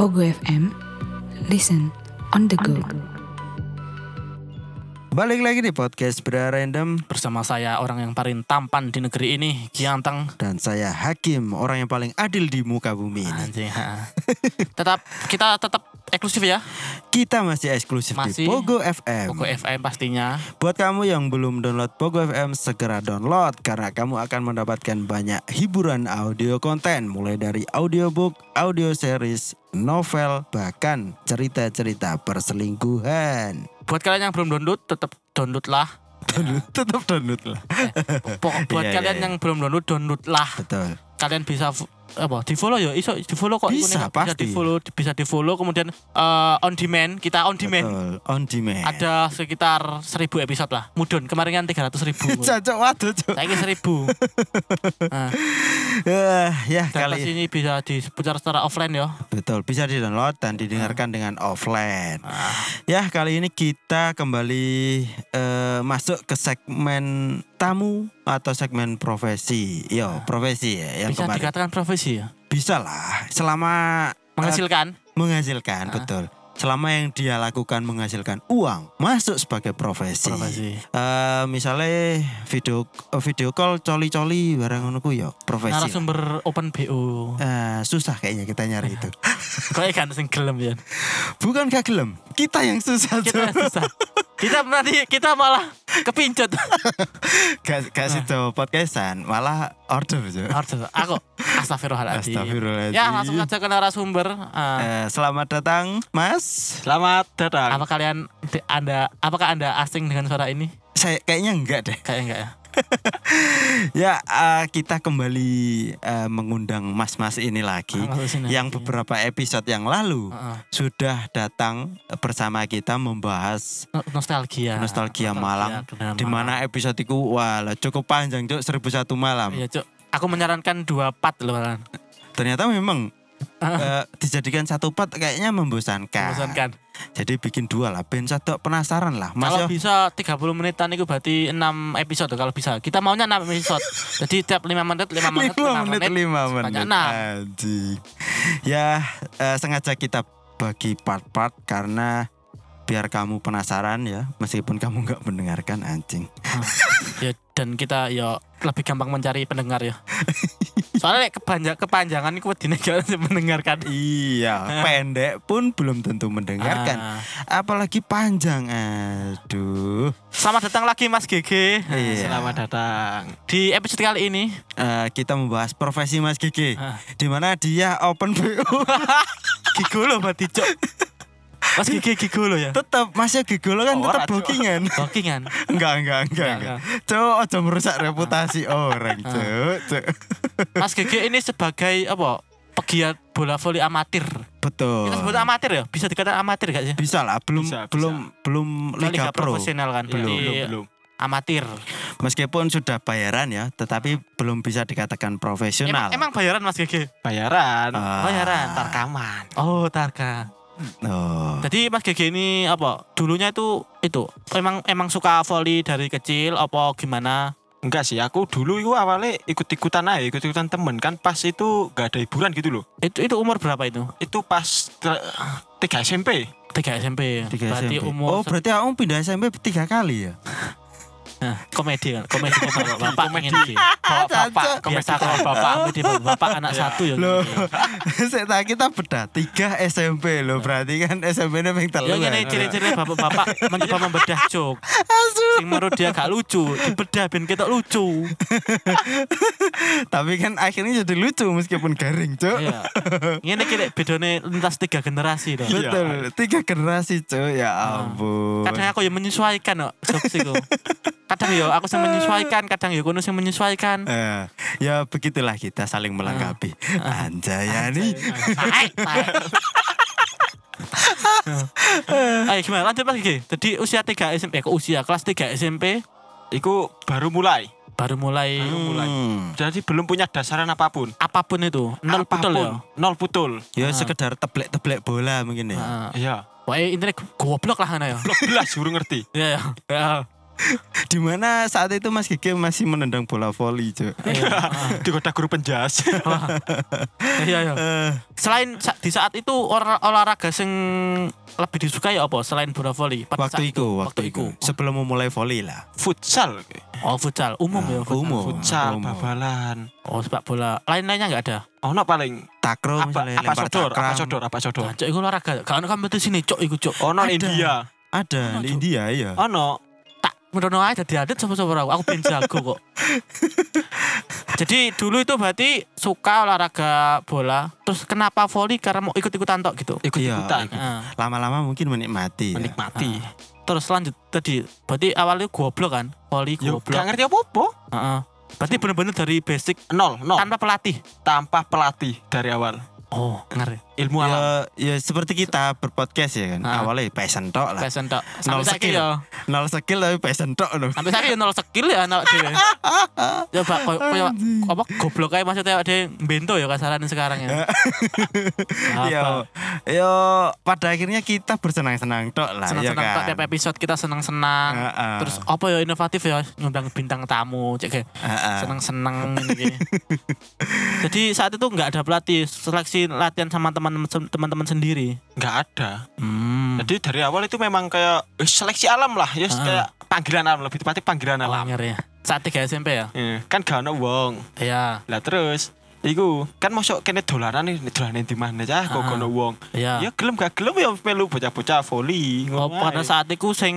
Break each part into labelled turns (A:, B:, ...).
A: Ogo FM. Listen on the go.
B: Balik lagi di podcast Bra Random
C: bersama saya orang yang paling tampan di negeri ini Gianteng
B: dan saya Hakim, orang yang paling adil di muka bumi ini.
C: anjing ha. tetap kita tetap eksklusif ya
B: Kita masih eksklusif di
C: Masih.
B: Pogo FM.
C: Pogo FM pastinya
B: Buat kamu yang belum download Pogo FM, segera download karena kamu akan mendapatkan banyak hiburan audio konten mulai dari audiobook, audio series, novel, bahkan cerita-cerita perselingkuhan.
C: buat kalian yang belum download tetap download lah
B: Download, tetap download lah.
C: Pokok- buat
B: Iya, iya,
C: kalian
B: iya.
C: yang belum download download lah
B: Betul.
C: kalian bisa fo- apa di follow ya iso di follow kok
B: Bisa,
C: ikonnya. bisa
B: pasti.
C: di follow bisa di follow kemudian eh, on demand kita on demand
B: Betul. On demand.
C: ada sekitar 1000 episode lah mudun kemarin kan 300 ribu
B: Cocok waduh, cocok.
C: saya 1000 nah,
B: Eh, ya
C: dan
B: kali
C: ini bisa diputar secara offline ya
B: betul bisa di download dan didengarkan dengan offline.
C: Ah.
B: Ya kali ini kita kembali eh, masuk ke segmen tamu atau segmen profesi. Yo profesi ya yang
C: Ah. bisa
B: kemarin.
C: dikatakan profesi ya
B: Bisa lah selama
C: menghasilkan
B: eh, menghasilkan
C: Ah.
B: betul. Selama yang dia lakukan menghasilkan uang masuk sebagai profesi.
C: profesi
B: Eh, misalnya video eh, video call coli-coli barang ngono ku yo profesi. lah.
C: narasumber open bo
B: Eh, susah kayaknya kita nyari itu.
C: kayak kan sing gelem ya
B: Bukan gak gelem, kita yang susah
C: kita
B: Cok.
C: susah kita nanti kita malah kepincut
B: Gak
C: Ah.
B: gak sido podcastan, malah order Cok.
C: Aduh, aku astagfirullahaladzim
B: Astagfirullahaladzim.
C: Ah, ya langsung aja ke narasumber Ah,
B: Eh, selamat datang, Mas.
D: Selamat datang.
C: apa kalian anda apakah anda asing dengan suara ini
B: Saya kayaknya enggak deh.
C: kayak enggak ya
B: Ya, eh, kita kembali eh, mengundang Mas-mas ini lagi
C: Ah, masuk sini.
B: yang beberapa episode yang lalu
C: Heeh.
B: sudah datang bersama kita membahas
C: No- nostalgia
B: Nostalgia Malang,
C: kenangan
B: di mana episode itu wah lah, cukup panjang, Cuk, 1001 malam.
C: Iya, Cuk. Aku menyarankan dua part loh, Lan.
B: Ternyata memang eh, dijadikan satu part kayaknya membosankan.
C: Ah. Membosankan.
B: Jadi bikin dua lah, ben satu penasaran lah. Mas ya.
C: Kalau
B: yo.
C: bisa 30 menitan itu berarti 6 episode tuh, kalau bisa. Kita maunya 6 episode. Jadi tiap 5 menit, 5 menit, 5 menit.
B: lima menit.
C: sebanyak enam.
B: Anjing. Ya, eh, sengaja kita bagi part-part karena biar kamu penasaran ya, meskipun kamu nggak mendengarkan anjing.
C: Ya, dan kita ya lebih gampang mencari pendengar ya. Soalnya lek kebanja- kepanjangan itu wedine gak ada yang mendengarkan.
B: Iya, pendek pun belum tentu mendengarkan,
C: Ah.
B: apalagi panjang. Aduh.
C: Selamat datang lagi Mas GG.
B: Iya.
D: Selamat datang.
C: Di episode kali ini
B: Eh, kita membahas profesi Mas Gigi,
C: Ah.
B: di mana dia open BO.
C: gigolo berarti, Cuk. Mas GG gigolo ya.
B: tetap masih gigolo kan tetap
D: Ora, Cuk.
B: bookingan.
C: Bookingan.
B: Enggak, enggak, enggak,
C: Enggak,
B: enggak. Cuk, ojo
C: Ah,
B: merusak reputasi orang, Cuk. Cuk.
C: Mas GG ini sebagai apa? Pegiat bola voli amatir.
B: Betul.
C: Kita sebut amatir ya? Bisa dikatakan amatir gak sih?
B: Bisa lah, belum
D: Bisa, bisa.
B: belum belum Liga,
C: Liga,
B: Pro. Iya.
C: profesional kan
B: Belum,
C: berarti amatir.
B: Meskipun sudah bayaran ya, tetapi belum bisa dikatakan profesional.
C: Emang, emang bayaran Mas GG?
D: Bayaran.
B: Ah,
C: bayaran tarkaman. Oh, tarka.
B: oh.
C: Jadi Mas GG ini apa? Dulunya itu itu emang emang suka volley dari kecil apa gimana?
D: Enggak sih, aku dulu itu awalnya ikut-ikutan aja, ikut-ikutan temen kan pas itu gak ada hiburan gitu loh.
C: Itu itu umur berapa itu?
D: Itu pas ter- 3 SMP.
C: 3 SMP.
B: Tiga
C: berarti
B: SMP. oh,
C: umur
B: berarti aku pindah SMP tiga kali ya.
C: Nah, komedi kan? Komedi bapak, bapak ingin gini.
B: Ah,
C: Bapak, bapak,
B: cocok.
C: biasa kalau bapak komedi bapak, bapak anak satu ya.
B: Loh,
C: gitu.
B: saya tak- kita beda tiga SMP loh, berarti kan SMP-nya pengen
C: Ah. Ya
B: telu.
C: ngene
B: kan?
C: ciri-ciri bapak-bapak mencoba membedah joke. Sing menurut dia gak lucu, dibedah ben ketok lucu.
B: Tapi kan akhirnya jadi lucu meskipun garing, Cuk.
C: Iya. Ngene iki lek bedone lintas tiga generasi to.
B: Betul, tiga generasi, Cuk. Ya ampun.
C: Iya. Ah. Kadang aku yang menyesuaikan kok jokes iku. Kadang yo aku sing menyesuaikan, kadang yo kono sing menyesuaikan.
B: Eh, ya begitulah kita saling melengkapi. Anjayani.
C: Taek, taek. Ayo gimana lanjut lagi Ki. Jadi usia 3 SMP eh, kok usia kelas 3 SMP
D: Itu baru mulai.
C: baru mulai
D: Baru mulai.
B: Hmm.
D: Jadi belum punya dasaran apapun.
C: apapun itu nol putul
D: Apapun.
C: ya.
D: Nol putul.
B: Ya sekedar teblek-teblek bola mungkin ya.
C: Heeh.
D: Iya.
C: Pokoknya internet eh, goblok lah ana ya.
D: Blok belas guru ngerti.
C: Iya. iya.
B: di mana saat itu Mas Kiki masih menendang bola voli, Cuk. Ah.
D: di kota guru penjas
C: Iya, iya.
B: Eh,
C: Selain sa- di saat itu or- olahraga sing lebih disukai ya apa selain bola voli? Pada saat
B: waktu itu, waktu
C: waktu
B: itu.
C: iku.
B: Sebelum memulai voli lah.
D: futsal
C: Oh, futsal umum ya,
B: Nah,
C: futsal.
B: umum.
D: futsal
B: umum.
D: babalan
C: Oh, sepak bola. Lain-lainnya enggak ada.
D: ono paling
B: Takraw
D: apa
B: misalnya lempar
D: apa sodor apa
B: takram.
D: sodor apa sodor
C: Nah, cok iku olahraga. Gak ono kompetisi nih, cok iku cok.
D: ono
B: Ada.
D: India
B: Ada
C: Ono,
B: di
C: Cuk.
B: India ya.
D: ono
C: tak merono ae dadi adat sapa-sapa aku. Aku ben jago kok. Jadi dulu itu berarti suka olahraga bola. Terus kenapa voli? Karena mau ikut-ikutan tok gitu.
D: ikut-ikutan
B: Iya,
C: Nah,
B: Lama-lama mungkin menikmati. ya.
D: menikmati
C: Ah. Terus lanjut tadi. Berarti awalnya goblok kan? Voli
D: yo gak
C: goblok.
D: ngerti apa-apa
C: Heeh. Berarti bener-bener dari basic
D: nol
B: Oh.
D: nol
C: tanpa pelatih.
D: tanpa pelatih dari awal
C: Oh, ngeri.
D: ilmu alam
B: Ya, ya seperti kita berpodcast ya kan.
C: Ah.
B: Awalnya passion tok lah.
C: Passion tok.
B: Nol
C: Sampai saiki
B: skill.
C: yo.
B: Nol skill tapi passion tok loh.
C: Sampai saiki yo nol skill ya anak dhewe. Coba koyo koyo apa goblok ae maksudnya awak dhewe bento ya kasarannya sekarang ya.
B: Yo, yo pada akhirnya kita bersenang-senang tok lah ya
C: senang-senang tok
B: kan.
C: tiap episode kita senang-senang
B: Heeh.
C: terus apa ya inovatif ya ngundang bintang tamu cek ya. kayak
B: Heeh.
C: senang-senang ini jadi saat itu nggak ada pelatih seleksi latihan sama teman-teman teman-teman sendiri
D: nggak ada
C: hmm.
D: Jadi dari awal itu memang kayak eh, seleksi alam lah, ya
C: Ah.
D: kayak panggilan alam lebih tepatnya panggilan alam.
C: Langer ya saat 3 SMP ya
D: Iya, Kan gak ono wong.
C: iya
D: Lah terus iku kan mosok kene dolanan nih, dolanan di mana cah kok
C: Ah.
D: gak ono wong.
C: iya
D: Ya gelem gak gelem ya melu bocah-bocah voli
C: Oh,
D: ngono
C: pada
D: ae.
C: saat itu sing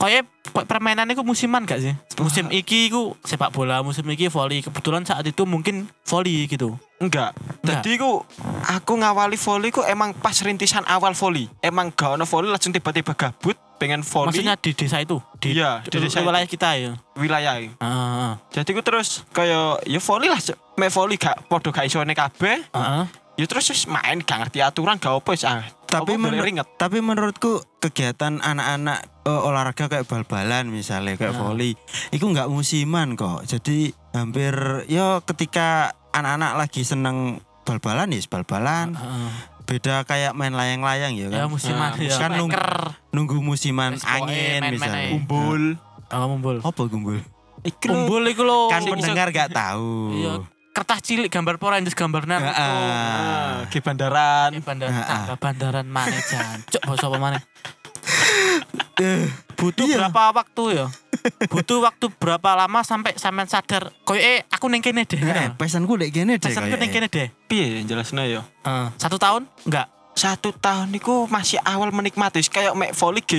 C: koye permainan itu musiman gak sih? Musim
D: Ah.
C: iki ku sepak bola, musim iki volley. Kebetulan saat itu mungkin volley gitu.
D: enggak.
C: Enggak.
D: Jadi iku aku ngawali voli ku emang pas rintisan awal voli. Emang gak ono voli langsung tiba-tiba gabut pengen voli.
C: Maksudnya di desa itu, di,
D: iya, di desa itu,
C: wilayah kita ya. Ah,
D: wilayah. itu.
C: Heeh.
D: Jadi ku terus kayak ya voli lah, Cuk. me voli gak podo gak isone kabeh.
C: Heeh.
D: Ya terus wis main gak ngerti aturan gak apa wis ah.
B: Tapi
D: Apa boleh
B: menur-
D: ringet.
B: tapi menurutku kegiatan anak-anak eh, olahraga kayak bal-balan misalnya kayak
C: Ya.
B: voli itu nggak musiman kok jadi hampir yo ketika anak-anak lagi seneng bal-balan ya bal-balan
C: Heeh.
B: beda kayak main layang-layang ya
C: Nah. Ya
B: kan
C: musiman
D: Nah,
C: ya.
B: kan nung-
C: Striker.
B: nunggu musiman
C: Wis pokoknya
B: angin
C: main-main
B: misalnya
C: ae.
D: Umbul.
C: Ah, mumbul.
D: Oh,
B: apa gumbul
D: Nah, Iku lho.
C: Kumpul iku lho.
B: kan
C: Sing Oh, iso-
B: pendengar gak tahu
C: Iya, kertas cilik gambar Power Rangers gambar Naruto.
B: Heeh.
D: Ah, Ki bandaran.
C: Eh, Bandaran,
B: Heeh.
C: tambah bandaran mana jan. Cok basa apa maneh?
B: Eh,
C: Butuh
B: Iya.
C: berapa waktu ya? Butuh waktu berapa lama sampai sampean sadar koyo eh aku ning kene deh.
B: eh, pesanku dek gini deh ya.
C: Pesanku ning
D: eh.
B: kayaknya.
C: kene deh.
D: Piye jelasnya ya?
C: Heeh. Satu tahun? Enggak.
D: Satu tahun niku masih awal menikmati kayak mek volley ge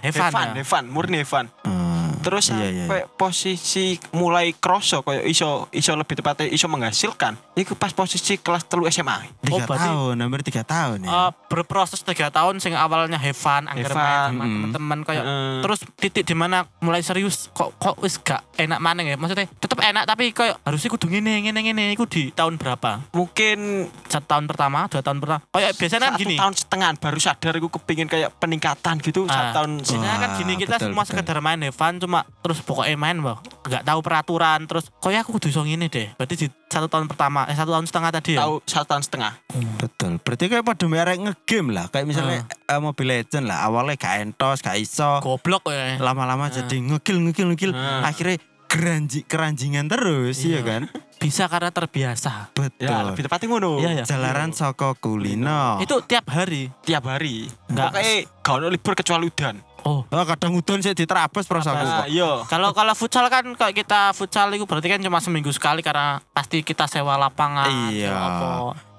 C: Evan, Evan,
D: Evan,
C: ya.
D: Evan, murni Evan.
B: Ah,
D: Terus
B: iya, iya.
D: sampai posisi mulai kroso kayak iso iso lebih tepatnya iso menghasilkan. Iku pas posisi kelas telu SMA.
B: tiga
C: Oh, berarti-
B: tahun hampir tiga tahun ya
C: Eh, berproses tiga tahun sing awalnya Heaven, anggar
D: Iya. Have
C: main
D: fun,
C: sama
B: mm.
C: teman-teman koyo
D: Heeh.
C: terus titik di mana mulai serius kok kok wis gak enak maneng ya maksudnya tetap enak tapi kayak harusnya kudu ngene ngene ngene iku di tahun berapa
D: mungkin
C: satu tahun pertama dua tahun pertama kayak biasanya kan
D: satu
C: gini
D: tahun setengah baru sadar aku kepingin kayak peningkatan gitu satu
C: Ah.
D: tahun
B: Wah,
C: biasanya kan gini kita
B: betul,
C: semua
B: betul.
C: sekedar main Evan cuma terus pokoknya main bah nggak tahu peraturan terus kayak aku kudu iso ngene deh berarti di satu tahun pertama eh satu tahun setengah tadi ya
D: tahu satu tahun setengah.
B: Betul. Berarti kayak pada merek ngegame lah. Kayak misalnya eh, Mobile Legend lah. Awalnya gak entos, gak iso.
C: goblok ya
B: Lama-lama jadi ngekil, ngekil, ngekil.
D: Ah.
B: Akhirnya geranji, keranjingan terus, iya,
C: Iya.
B: kan?
C: bisa karena terbiasa
B: Betul.
D: Ya, lebih tepatnya ngono.
C: Iya, iya.
B: Jalaran soko
D: Oh.
B: kulino.
C: itu tiap hari
D: tiap hari.
C: Nggak.
D: Pokoknya gak ono libur kecuali udan.
C: oh
B: Oh, kadang udon sih diterabas perasaanku
D: Nah,
B: kok.
D: iya.
C: Kalau kalau futsal kan kalau kita futsal itu berarti kan cuma seminggu sekali karena pasti kita sewa lapangan,
B: Iya.
C: sewa apa.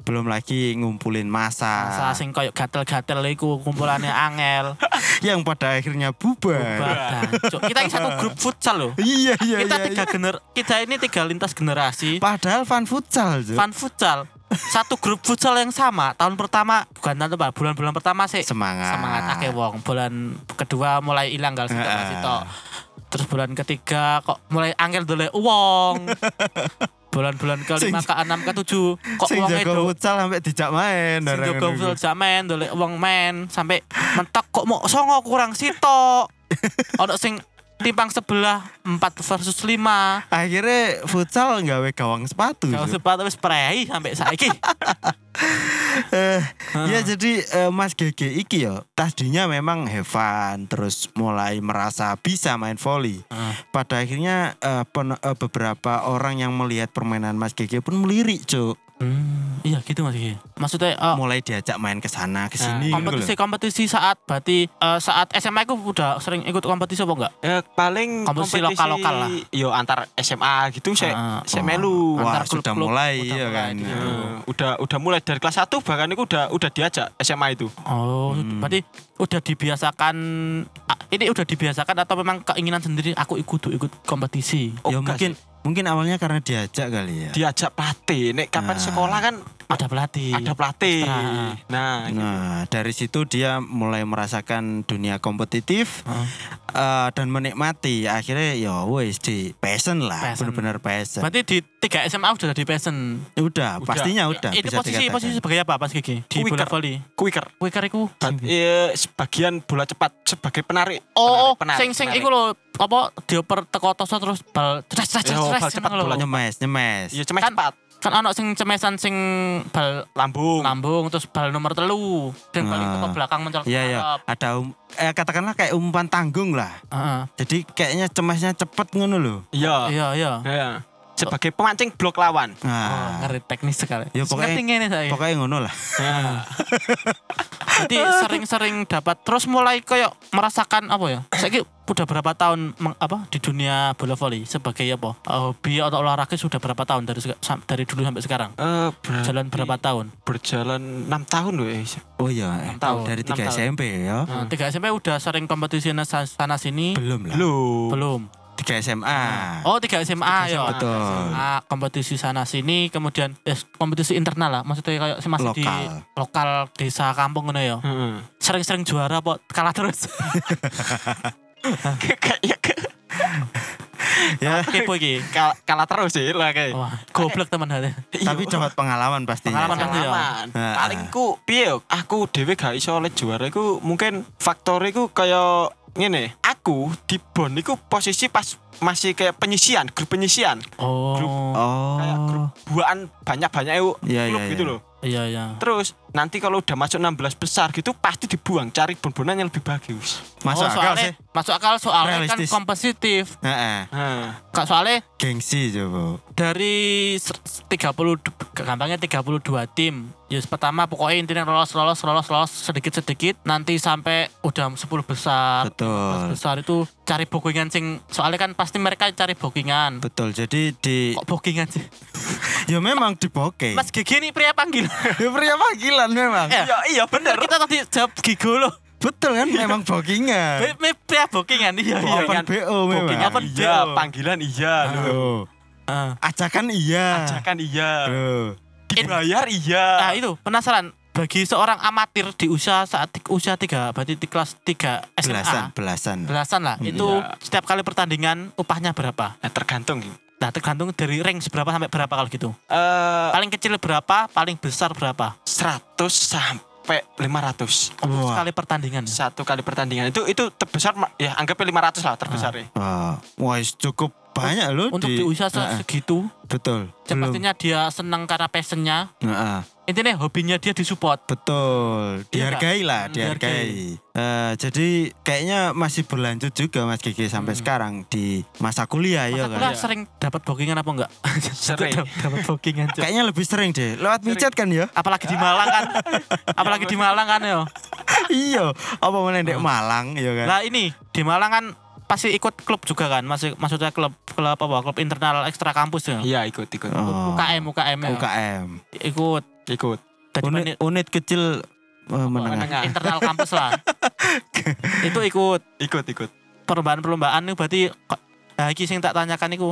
B: Belum lagi ngumpulin
C: Masa
B: masa,
C: sing koyo gatel-gatel iku kumpulannya angel.
B: yang pada akhirnya bubar.
C: Badan. Cuk, Kita ini satu grup futsal loh.
B: Iya, iya,
C: Kita
B: iya,
C: tiga
B: iya.
C: gener kita ini tiga lintas generasi.
B: Padahal fan futsal, Cuk.
C: Fan futsal. Satu grup futsal yang sama tahun pertama bukan tahun apa bulan-bulan pertama sih
B: Semangat.
C: semangat akeh wong bulan kedua mulai hilang gal sitok
B: Heeh.
C: sitok terus bulan ketiga kok mulai angel dolek wong bulan-bulan ke lima
B: Sing-
C: ke enam ke tujuh kok
B: Sing
C: wong
B: jago
C: edo
B: futsal sampai dijak main.
C: sing
B: bareng
C: jago
B: ngono
C: futsal jaman dolek wong men sampai mentok kok mau songo kurang sitok ono sing timpang sebelah 4 versus 5.
B: Akhirnya futsal nggawe gawang sepatu.
C: Kalau
B: Cuk.
C: sepatu wis prei sampai saiki.
B: Eh, ya jadi eh, Mas GG iki yo tadinya memang Heaven terus mulai merasa bisa main volley.
C: Heeh.
B: Pada akhirnya eh, pen- eh, beberapa orang yang melihat permainan Mas GG pun melirik, Cuk.
C: Hmm, iya gitu Mas Gigi. Maksudnya eh,
B: Mulai diajak main ke sana ke sini gitu
C: kompetisi
B: loh.
C: kompetisi saat berarti eh, saat SMA aku udah sering ikut kompetisi apa enggak?
D: Eh, paling
C: Kompetisi lokal-lokal lah.
D: Yo antar SMA gitu
C: Ah,
D: saya
B: oh.
D: saya melu.
B: Wah,
C: antar klub-klub
B: sudah mulai ya
C: udah mulai gitu.
B: kan.
C: di situ.
D: Eh, udah udah mulai dari kelas 1 bahkan itu udah udah diajak SMA itu.
C: Oh, berarti udah dibiasakan ah, ini udah dibiasakan atau memang keinginan sendiri aku ikut tuh ikut kompetisi.
B: ya
D: enggak
B: mungkin mungkin awalnya karena diajak kali ya.
D: diajak pelatih. Nek kapan
B: Nah.
D: sekolah kan
C: Ada pelatih.
D: ada pelatih.
C: Ekstra.
D: Nah,
B: Nah, dari situ dia mulai merasakan dunia kompetitif
C: Heeh.
B: eh, dan menikmati. Akhirnya ya wes di passion lah,
C: Passion.
B: benar-benar passion.
C: Berarti di 3 SMA udah jadi passion.
B: Udah, pastinya udah
C: Itu
B: bisa
C: Ya, posisi
B: dikatakan.
C: posisi sebagai apa Mas Gigi? Di bola
D: Quicker.
C: voli.
D: quicker.
C: Quicker iku.
D: Bat- eh, sebagian bola cepat sebagai penarik.
C: Oh, oh,
D: Penarik,
C: sing sing iku
D: penarik.
C: lho apa dioper teko toso terus bal tres tres tres
D: Yo,
C: tres
D: bal
C: seneng
D: cepat
C: lho.
D: bolanya.
B: nyemes, nyemes.
D: Iya, cemek
C: Kan-
D: cepat.
C: Kan ono sing cemesan sing bal
D: Lambung.
C: lambung terus bal nomor telu sing bal itu ke
B: Ah.
C: belakang mencolok.
B: Iya, iya.
C: arep.
B: Ada um- eh, katakanlah kayak umpan tanggung lah.
C: Heeh.
B: Jadi kayaknya cemesnya cepet ngono loh.
D: Iya.
C: Ah. Iya, iya.
D: Iya. Sebagai pemancing blok lawan.
C: Oh,
B: Nah,
C: ngerti teknis sekali.
B: Ya, pokoknya-
C: Ngerti ngene saya.
B: pokoknya ngono lah.
C: Iya. Jadi sering-sering dapat terus mulai kayak merasakan apa ya? Saya udah berapa tahun meng- apa di dunia bola voli sebagai apa? eh, Hobi atau olahraga sudah berapa tahun dari seka- sam- dari dulu sampai sekarang?
D: Eh, ber-
C: Jalan berapa tahun?
D: berjalan 6 tahun loh. eh.
B: Oh iya,
C: Enam tahun,
B: dari
D: enam
B: 3
D: tahun.
B: SMP ya.
C: Nah, tiga SMP udah sering kompetisi sana sana sini?
B: Belum lah.
D: Belum.
C: Belum.
B: 3 SMA.
C: Oh, tiga SMA ya.
B: Betul.
C: SMA, kompetisi sana sini kemudian eh, kompetisi internal lah maksudnya kayak masih di
B: Lokal. Hmm.
C: lokal desa kampung ngono ya.
D: Heeh.
C: Sering-sering juara kok kalah terus.
D: Kayak
B: Ya,
C: Kepo iki.
D: kal- kalah terus sih lah kayak.
C: Wah, goblok teman hati.
B: tapi dapat pengalaman pastinya.
C: Iya. Pengalaman pasti.
D: pengalaman.
B: Heeh.
D: Paling ku piye yo, aku dhewe gak iso oleh juara iku mungkin faktor iku kaya ngene. Aku di Bon iku posisi pas masih kayak penyisian, grup penyisian.
C: Oh.
D: Kayak
B: Oh.
D: grup buaan banyak-banyak eu
B: Iya,
D: klub
B: iya,
D: gitu
B: iya.
D: loh.
C: Iya, iya.
D: Terus nanti kalau udah masuk 16 besar gitu pasti dibuang cari bon-bonan yang lebih bagus.
B: Masuk
C: Oh,
B: akal
C: soalnya-
B: sih.
C: Masuk akal soalnya
B: Realistis.
C: kan kompetitif.
B: Heeh.
D: Nah,
C: Kak soalnya
B: Gengsi coba.
C: dari ser- 30 du- gampangnya 32 tim. Ya pertama pokoknya intinya lolos lolos lolos lolos sedikit-sedikit nanti sampai udah 10 besar. 10
B: Betul.
C: besar itu cari bookingan sing soalnya kan pasti mereka cari bookingan.
B: Betul. Jadi di
C: Kok bookingan sih?
B: ya memang di bokeh.
C: Mas Gigi ini pria panggil.
B: Ya pria panggilan memang.
C: Eh,
D: iya iya
C: Bener
D: bener.
C: kita tadi jawab Gigo loh.
B: Betul kan memang bokingan.
C: Me- me- Pria bookingan iya iya.
D: Booking.
B: Open
D: kan?
B: BO memang.
D: Booking
C: Open
D: iya,
C: BO.
D: panggilan iya loh.
B: Loh,
C: Ah.
B: ajakan iya.
D: Ajakan iya.
B: Loh.
D: Dibayar iya.
B: Ah,
C: Nah itu penasaran bagi seorang amatir di usia saat di- usia tiga berarti di kelas 3 SMA
B: Belasan,
C: belasan,
B: belasan.
C: lah itu
D: Iya.
C: setiap kali pertandingan upahnya berapa?
D: Nah, tergantung.
C: Nah tergantung dari rank seberapa sampai berapa kalau gitu.
D: Eh,
C: Paling kecil berapa? Paling besar berapa?
D: 100 sampai 500
B: Wah.
C: Sekali pertandingan.
D: satu kali pertandingan itu itu terbesar ma- ya anggapnya 500 lah terbesar
B: Ah.
D: ya.
B: Wah, wah, cukup banyak loh
C: Untuk di usia se-
B: Heeh,
C: segitu,
B: betul.
C: dan
B: Belum.
C: pastinya dia senang karena passionnya.
B: Heeh,
C: Intinya hobinya dia disupport.
B: betul.
C: Iya,
B: Dihargai lah,
C: Hmm,
B: dihargai. Eh, jadi kayaknya masih berlanjut juga Mas Gigi sampai sekarang di masa kuliah ya
C: Hmm. Masa
B: kan.
C: kuliah sering dapat bookingan apa enggak?
D: Sering.
C: Dap- dapat bookingan. Cok.
B: Kayaknya lebih sering deh. Lewat micat kan ya?
C: Apalagi di Malang kan. Apalagi di Malang kan yo.
B: iya. Apa mana dek Malang ya kan?
C: Nah ini di Malang kan pasti ikut klub juga kan, masih maksudnya klub klub apa? Klub internal ekstra kampus ya.
D: Iya ikut ikut
B: Oh,
C: UKM UKM ya.
B: UKM.
C: Ikut
D: ikut.
C: Jadi
B: Unit, unit kecil eh, menengah.
D: menengah.
C: internal kampus lah. itu ikut
D: Ikut ikut.
C: perlombaan-perlombaan itu berarti ko- nah, iki sing tak tanyakan itu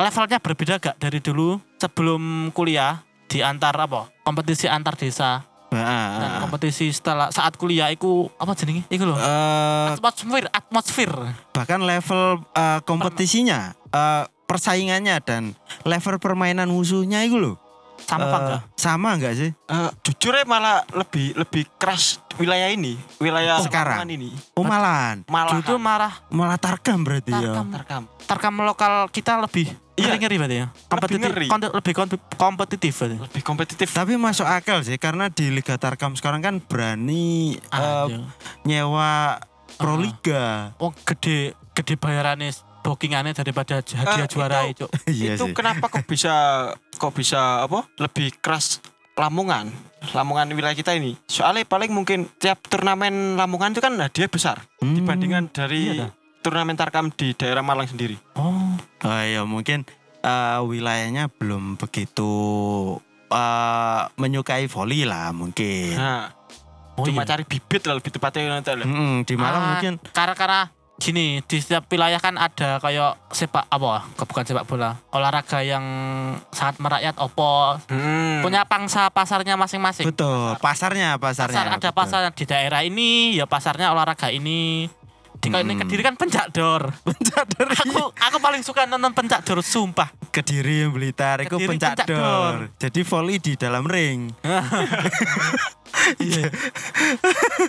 C: levelnya berbeda gak dari dulu sebelum kuliah di antar apa kompetisi antar desa
B: Heeh,
C: dan
B: heeh.
C: Nah, kompetisi setelah saat kuliah itu apa jenenge iku loh
B: Ah. Eh,
C: atmosfer atmosfer
B: bahkan level eh, kompetisinya, eh, persaingannya dan level permainan musuhnya itu loh.
C: Sama
B: eh,
C: apa enggak?
B: Sama enggak sih?
D: Eh, jujur ya malah lebih lebih keras wilayah ini wilayah
B: Oh, sekarang.
D: Lamongan ini
B: Oh malahan.
D: malah
C: Itu marah
B: Malah tarkam berarti
C: Tarkam.
B: ya.
D: terkam
C: tarkam lokal kita lebih
D: Iya.
C: ngeri ngeri berarti ya kompetitif
D: ngeri. Eh,
C: konte- lebih kompe- kompetitif berarti
D: lebih kompetitif
B: Tapi masuk akal sih karena di Liga Tarkam sekarang kan berani
C: Ah,
B: eh,
C: iya.
B: nyewa Pro
C: Ah.
B: Liga.
C: oh gede gede bayarannya bookingannya daripada j- hadiah
D: Eh,
C: juara itu
B: Iya
D: itu
B: sih.
D: kenapa kok bisa kok bisa apa lebih keras Lamongan Lamongan wilayah kita ini soalnya paling mungkin tiap turnamen Lamongan itu kan hadiah besar
B: Hmm.
D: dibandingkan
C: Iya,
D: dari
C: dah.
D: turnamen Tarkam di daerah Malang sendiri
C: oh
B: Oh ya mungkin eh, wilayahnya belum begitu eh, menyukai voli lah mungkin.
D: nah
C: Iya. oh iya.
D: cuma cari bibit lah lebih tepatnya nanti lah
B: Mm-mm, Hmm, di Malang
C: Ah,
B: mungkin
C: karena karena gini di setiap wilayah kan ada kayak sepak apa ke- bukan sepak bola olahraga yang sangat merakyat opo
D: Hmm.
C: punya pangsa pasarnya masing-masing
B: betul pasarnya pasarnya.
C: pasar ada
B: betul.
C: pasar di daerah ini ya pasarnya olahraga ini di kalau ini
B: Hmm.
C: kediri kan pencak dor
B: Pencak dor.
C: aku aku paling suka nonton pencak dor sumpah
B: Kediri Blitar itu
C: Kediri,
B: pencak
C: pencak dor.
B: dor. Jadi voli di dalam ring.
C: iya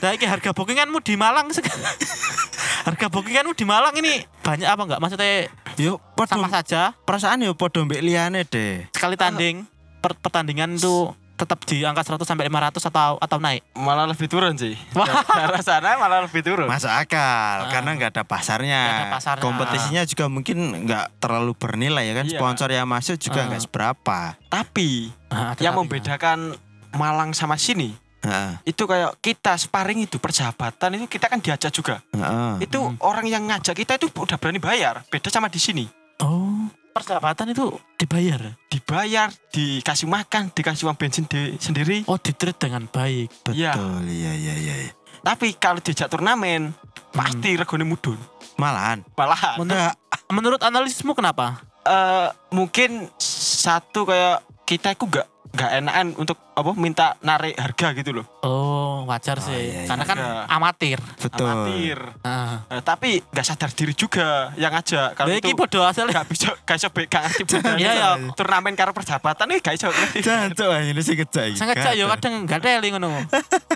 C: nah ini harga bookinganmu di Malang sekarang harga bookinganmu di Malang ini banyak apa enggak maksudnya
B: Yuk podo
C: sama saja
B: perasaan yo podo mbek liyane deh.
C: sekali tanding per- pertandingan itu tetap di angka 100 sampai 500 atau atau naik
D: malah lebih turun sih
C: Wah.
D: daerah sana malah lebih turun
B: Masuk akal
C: Ah.
B: karena nggak ada pasarnya.
C: Nggak ada pasarnya. Ah.
B: Kompetisinya juga mungkin nggak terlalu bernilai ya kan.
D: Iya.
B: Sponsor yang masuk juga
C: Ah.
B: nggak seberapa.
D: tapi yang membedakan Malang sama sini
B: Heeh.
D: itu kayak kita sparring itu persahabatan itu kita kan diajak juga
B: heeh.
D: itu
C: Hmm.
D: orang yang ngajak kita itu udah berani bayar beda sama di sini
C: oh persahabatan itu dibayar
D: dibayar dikasih makan dikasih uang bensin di- sendiri
C: oh di treat dengan baik
D: Iya.
B: Betul, iya iya iya. iya.
D: tapi kalau diajak turnamen pasti
C: Hmm.
D: regone mudun
B: Malahan.
D: malahan
C: menurut, menurut analismu kenapa
D: eh, mungkin satu kayak kita itu gak nggak enakan untuk apa minta narik harga gitu loh
C: oh wajar
B: Oh,
C: sih
B: iya, iya,
C: karena kan
D: iya.
C: amatir
B: Betul.
D: amatir
C: nah,
D: Eh, tapi nggak sadar diri juga yang ngajak kalau
C: Lha
D: itu
C: iki podo asal
D: gak bisa gak bisa gak ngerti
C: Iya, iya.
D: beneran. turnamen karo persahabatan eh, nih gak bisa ngerti.
B: Jancuk ah, ini sih kejai.
C: sengaja ya kadang gak reli ngono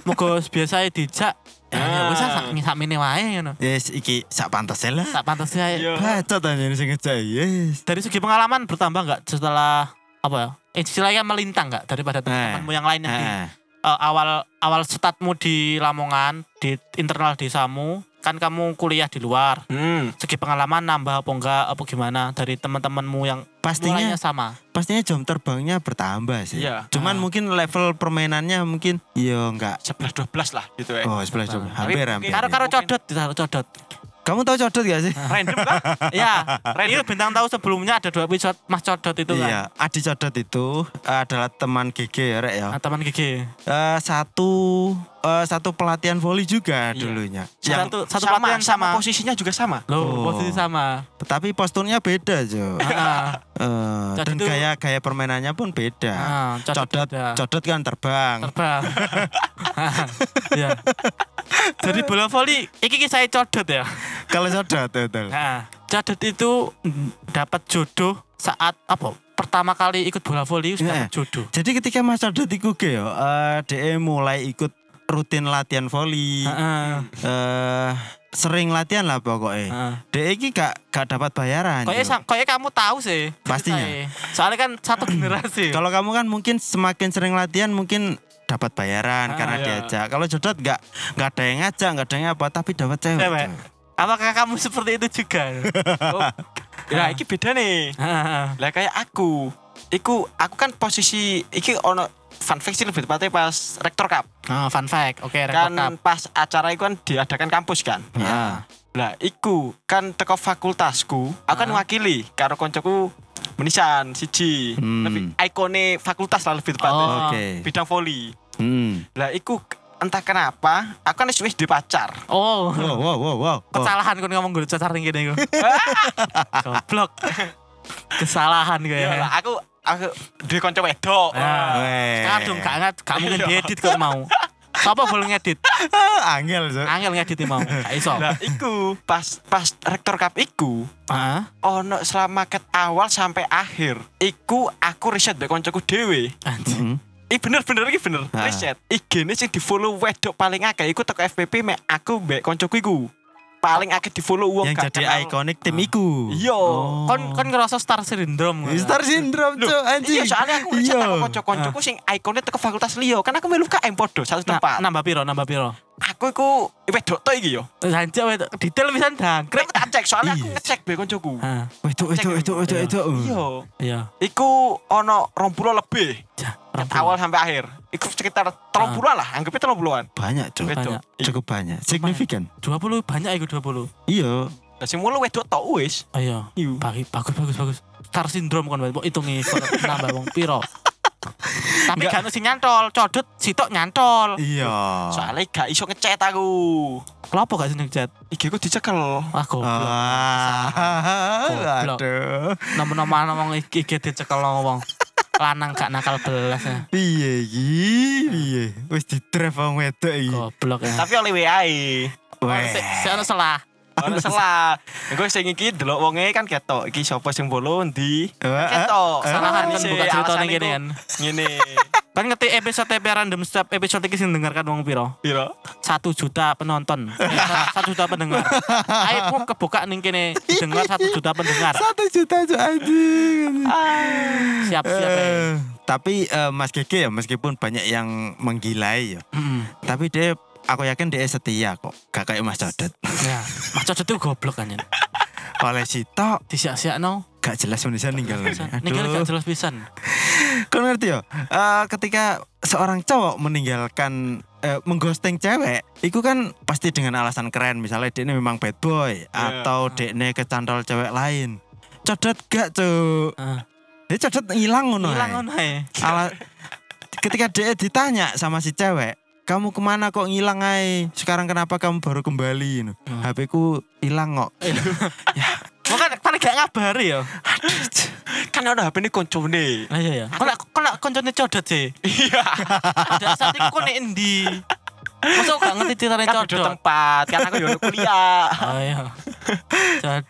C: moga biasa dijak ya ya wis ah, sak sak mene wae ngono
B: Yes, iki sak pantas lah.
C: tak pantas ae
D: Iya.
B: Bacot aja ini sih kejai. Yes.
C: dari segi pengalaman bertambah nggak setelah apa ya eh, istilahnya melintang nggak daripada teman-temanmu yang lain yang di,
B: Heeh.
C: eh, awal awal statmu di Lamongan di internal desamu kan kamu kuliah di luar
D: hmm.
C: segi pengalaman nambah apa enggak apa gimana dari teman-temanmu yang
B: Pastinya
C: mulainya sama
B: pastinya jam terbangnya bertambah sih.
D: Iya.
B: Cuman
C: Ah.
B: mungkin level permainannya mungkin yo enggak
D: 11 12 lah gitu ya.
B: Oh, sebelah
C: Tapi
B: hampir
D: mungkin-
B: hampir.
C: karo karo
D: Mungkin-
C: codot ditaruh codot
B: Kamu tahu codot gak sih?
D: Random kan?
C: ya itu bintang tahu sebelumnya ada dua episode mas codot itu kan
B: Iya, Adi Codot itu eh, adalah teman GG ya, Rek ya.
C: Nah, teman gigi
B: Eh, satu eh, satu pelatihan voli juga
D: Iya.
B: dulunya. Yang,
C: satu satu
D: sama,
C: pelatihan
D: sama
C: sama,
D: posisinya juga sama.
C: Loh,
B: Oh.
C: posisi sama
B: tapi posturnya beda, Jo.
C: Ah,
B: Eh,
C: Codot
B: dan
C: itu-
B: gaya gaya permainannya pun beda.
C: ah, codot,
B: Codot,
C: beda.
B: codot kan terbang.
C: terbang. ya. Jadi bola voli iki ki saya codot ya.
B: Kalau codot betul.
C: Nah, codot itu mm, dapat jodoh saat apa? Pertama kali ikut bola voli wis
B: Iya.
C: dapat jodoh.
B: Jadi ketika Mas Codot iku ge yo, eh, dia mulai ikut rutin latihan voli.
C: Heeh.
B: eh, sering latihan lah pokoknya.
C: heeh.
B: Dia iki gak gak dapat bayaran.
C: ah. Kayaknya
B: Jo.
C: sam- kayaknya kamu tahu sih. cerita
B: Iya. Pastinya.
C: ya. Soalnya kan satu generasi.
B: Kalau kamu kan mungkin semakin sering latihan mungkin dapat bayaran
C: Ah,
B: karena
D: iya.
B: diajak. Kalau jodoh nggak nggak ada yang ngajak, nggak ada yang apa, tapi dapat cewek.
C: Cewek. Iya, Apakah kamu seperti itu juga?
D: Nah, iki beda nih.
C: Heeh.
D: Lah kayak aku. Iku aku kan posisi iki ono fun fact sih lebih tepatnya pas rektor cup.
C: Ah, fun fact. Oke, rekod
D: kan
C: cup.
D: pas acara itu kan diadakan kampus kan.
B: Nah,
D: Lah iku kan teko fakultasku, aku kan wakili karo koncoku menisan siji.
B: Hmm.
D: Lebih ikone fakultas lah
C: Oh.
D: lebih tepatnya.
B: Oke.
D: Bidang voli.
B: Hmm.
D: Lah iku entah kenapa aku kan wis di pacar.
C: Oh.
B: Wow, wow, wow, wow. wow.
C: kesalahan kon ngomong gue cacar tinggi nih gue goblok kesalahan gue
D: Ya
C: ya
D: lah, aku aku duwe kanca wedok.
C: Ah.
B: Weh.
C: kadung gak ngat gak mungkin diedit kok mau Sapa boleh ngedit?
B: Angel, Cuk.
C: Angel ngedit iki mau. Gak iso.
D: Lah iku pas pas rektor cup iku
C: Heeh.
D: ono selama ket awal sampai akhir iku aku riset mbek koncoku dhewe.
B: Mm.
C: Anjir.
D: I bener bener iki bener
B: Ah.
D: riset. IG-ne sing di-follow wedok paling akeh iku teko FPP mek aku mbek koncoku iku. Paling akeh di-follow wong
B: Yang
D: gak
B: jadi
D: kenal.
B: ikonik tim iku.
D: Iya.
B: Oh.
C: Kon kon ngerasa star syndrome. ngono.
B: Star Syndrome,
D: Loh,
B: Cuk, anjing.
D: Iya soalnya aku riset
B: Iya.
D: aku konco-koncoku sing ikonnya teko fakultas liyo kan aku melu KM podo satu
C: Nah,
D: tempat.
C: nambah piro, nambah piro.
D: Aku iku wedok tok iki yo.
C: Anjir, weh, detail pisan
D: Krep
C: dangkret.
D: tak cek soalnya aku
B: Iya. Hmm.
D: ngecek mbek koncoku.
C: Heeh.
B: Wedok, wedok, wedok, wedok,
C: Iya.
B: wedok.
D: Iya.
C: Iya.
D: Iku ono rong puluh lebih
C: Jah,
D: Ket
C: rampung.
D: awal sampai akhir. Iku sekitar telung puluh lah, anggapnya telung puluhan.
B: Banyak, Cuk.
D: Wedok.
C: Banyak.
D: Iku.
B: Cukup banyak. Signifikan.
C: 20 banyak iku 20.
B: Iya.
D: Lah sing mulu wedok tok wis.
C: Ayo.
D: Iya.
C: Bagi, bagus bagus bagus. Star syndrome kon mbok hitungi kon nambah wong piro. Tapi
B: Nggak.
C: gak ono sing nyantol, codot sitok nyantol.
B: Iya.
D: Soalnya gak iso ngechat aku.
C: Klopo gak sing chat?
D: IG ku dicekel.
C: Wah goblok.
B: Ah,
C: Goblok.
B: aduh.
C: Nom-noman wong iki iki dicekel wong. Lanang gak nakal belas ya.
B: Piye iki?
C: Hmm.
B: Piye? Wis di-drive wong wedok iki.
C: Goblok ya.
D: Tapi oleh WA.
B: Weh.
C: Sik sik ono salah.
D: Ora salah. Engko sing iki delok wonge kan ketok. Iki sapa sing follow ndi?
B: Wah,
D: Ketok.
B: eh,
C: Salahan kan
D: Si,
C: buka cerita
D: alasan
C: ning kene
D: iku
C: kan.
D: Ngene.
C: Kan ngerti episode EP random setiap episode iki sing dengarkan wong piro?
D: Piro?
C: Satu juta penonton. Eh, Satu juta pendengar. Ayo ku kebuka ning kene dengar satu juta pendengar.
B: Satu juta Cuk, anjing.
C: Siap-siap Ah, ya.
B: Eh, Tapi eh, Mas Keke ya meskipun banyak yang menggilai ya.
C: Mm.
B: Tapi dia aku yakin dia setia kok. Gak kayak Mas Dodot.
C: Ya, Mas Codot itu goblok kan ya.
B: Oleh sitok
C: Disiak-siakno.
B: gak jelas Indonesia ninggal.
C: Ninggal
B: Aduh.
C: gak jelas pisan.
B: Kau ngerti ya? Eh, ketika seorang cowok meninggalkan eh, mengghosting cewek, itu kan pasti dengan alasan keren. Misalnya dia ini memang bad
C: Iya.
B: boy atau dia ini kecantol cewek lain. Codot gak cuk?
C: Ah.
B: Dia codot hilang ngono.
C: Hilang
B: ay.
C: ngono ae.
B: Ala- ketika dia ditanya sama si cewek, kamu kemana kok ngilang ay? Sekarang kenapa kamu baru kembali?
C: Hmm. Iya.
B: HP ku hilang kok.
C: Kok kan kan gak ngabari ya.
D: Kan ono HP-ne koncone.
C: Lah iya ya. Kok nak kok nak koncone Codot sih.
D: Iya.
C: Ada saat iku kok nek endi. Masa gak ngerti ceritane
D: Kan beda
C: Codot. Ah, iya.
D: tempat. Kan aku yo ono kuliah.
C: Ayo.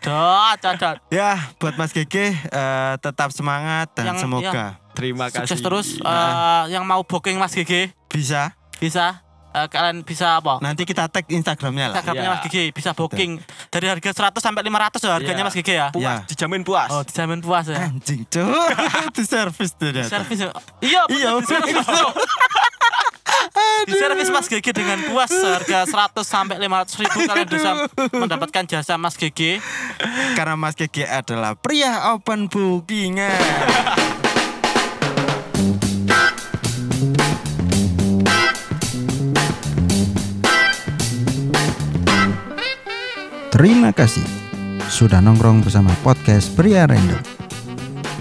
C: Codot, Codot.
B: Ya, buat Mas Gege eh, tetap semangat dan
C: Yang-
B: semoga
C: iya.
D: Terima kasih.
C: Sukses terus eh,
B: Nah.
C: yang mau booking Mas Gigi
B: bisa
C: bisa eh, kalian bisa apa?
B: Nanti kita tag Instagramnya lah.
C: Instagramnya
D: Iya.
C: Mas Gigi bisa booking dari harga 100 sampai 500 ya harganya
D: Iya.
C: Mas Gigi ya.
D: Puas,
B: Ya.
D: dijamin puas.
C: Oh, dijamin puas ya.
B: Anjing cuk, di servis tuh dia.
C: servis ya. iya
B: Iya.
C: bener, di servis Cok. di servis Mas Gigi dengan puas seharga 100 sampai 500 ribu kalian bisa mendapatkan jasa Mas Gigi
B: Karena Mas Kiki adalah pria open bookingan.
E: Terima kasih sudah nongkrong bersama podcast Pria Random.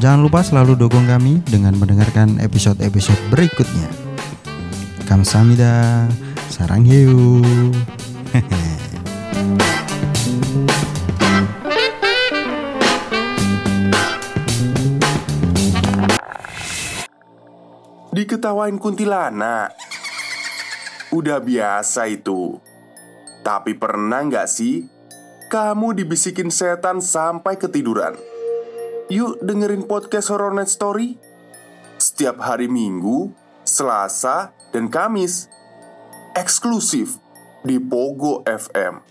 E: Jangan lupa selalu dukung kami dengan mendengarkan episode-episode berikutnya. Kamsahamnida, sarang hiu.
F: Diketawain kuntilanak. Udah biasa itu. Tapi pernah nggak sih kamu dibisikin setan sampai ketiduran? Yuk dengerin podcast Horror Night Story. Setiap hari Minggu, Selasa, dan Kamis. Eksklusif di Pogo FM.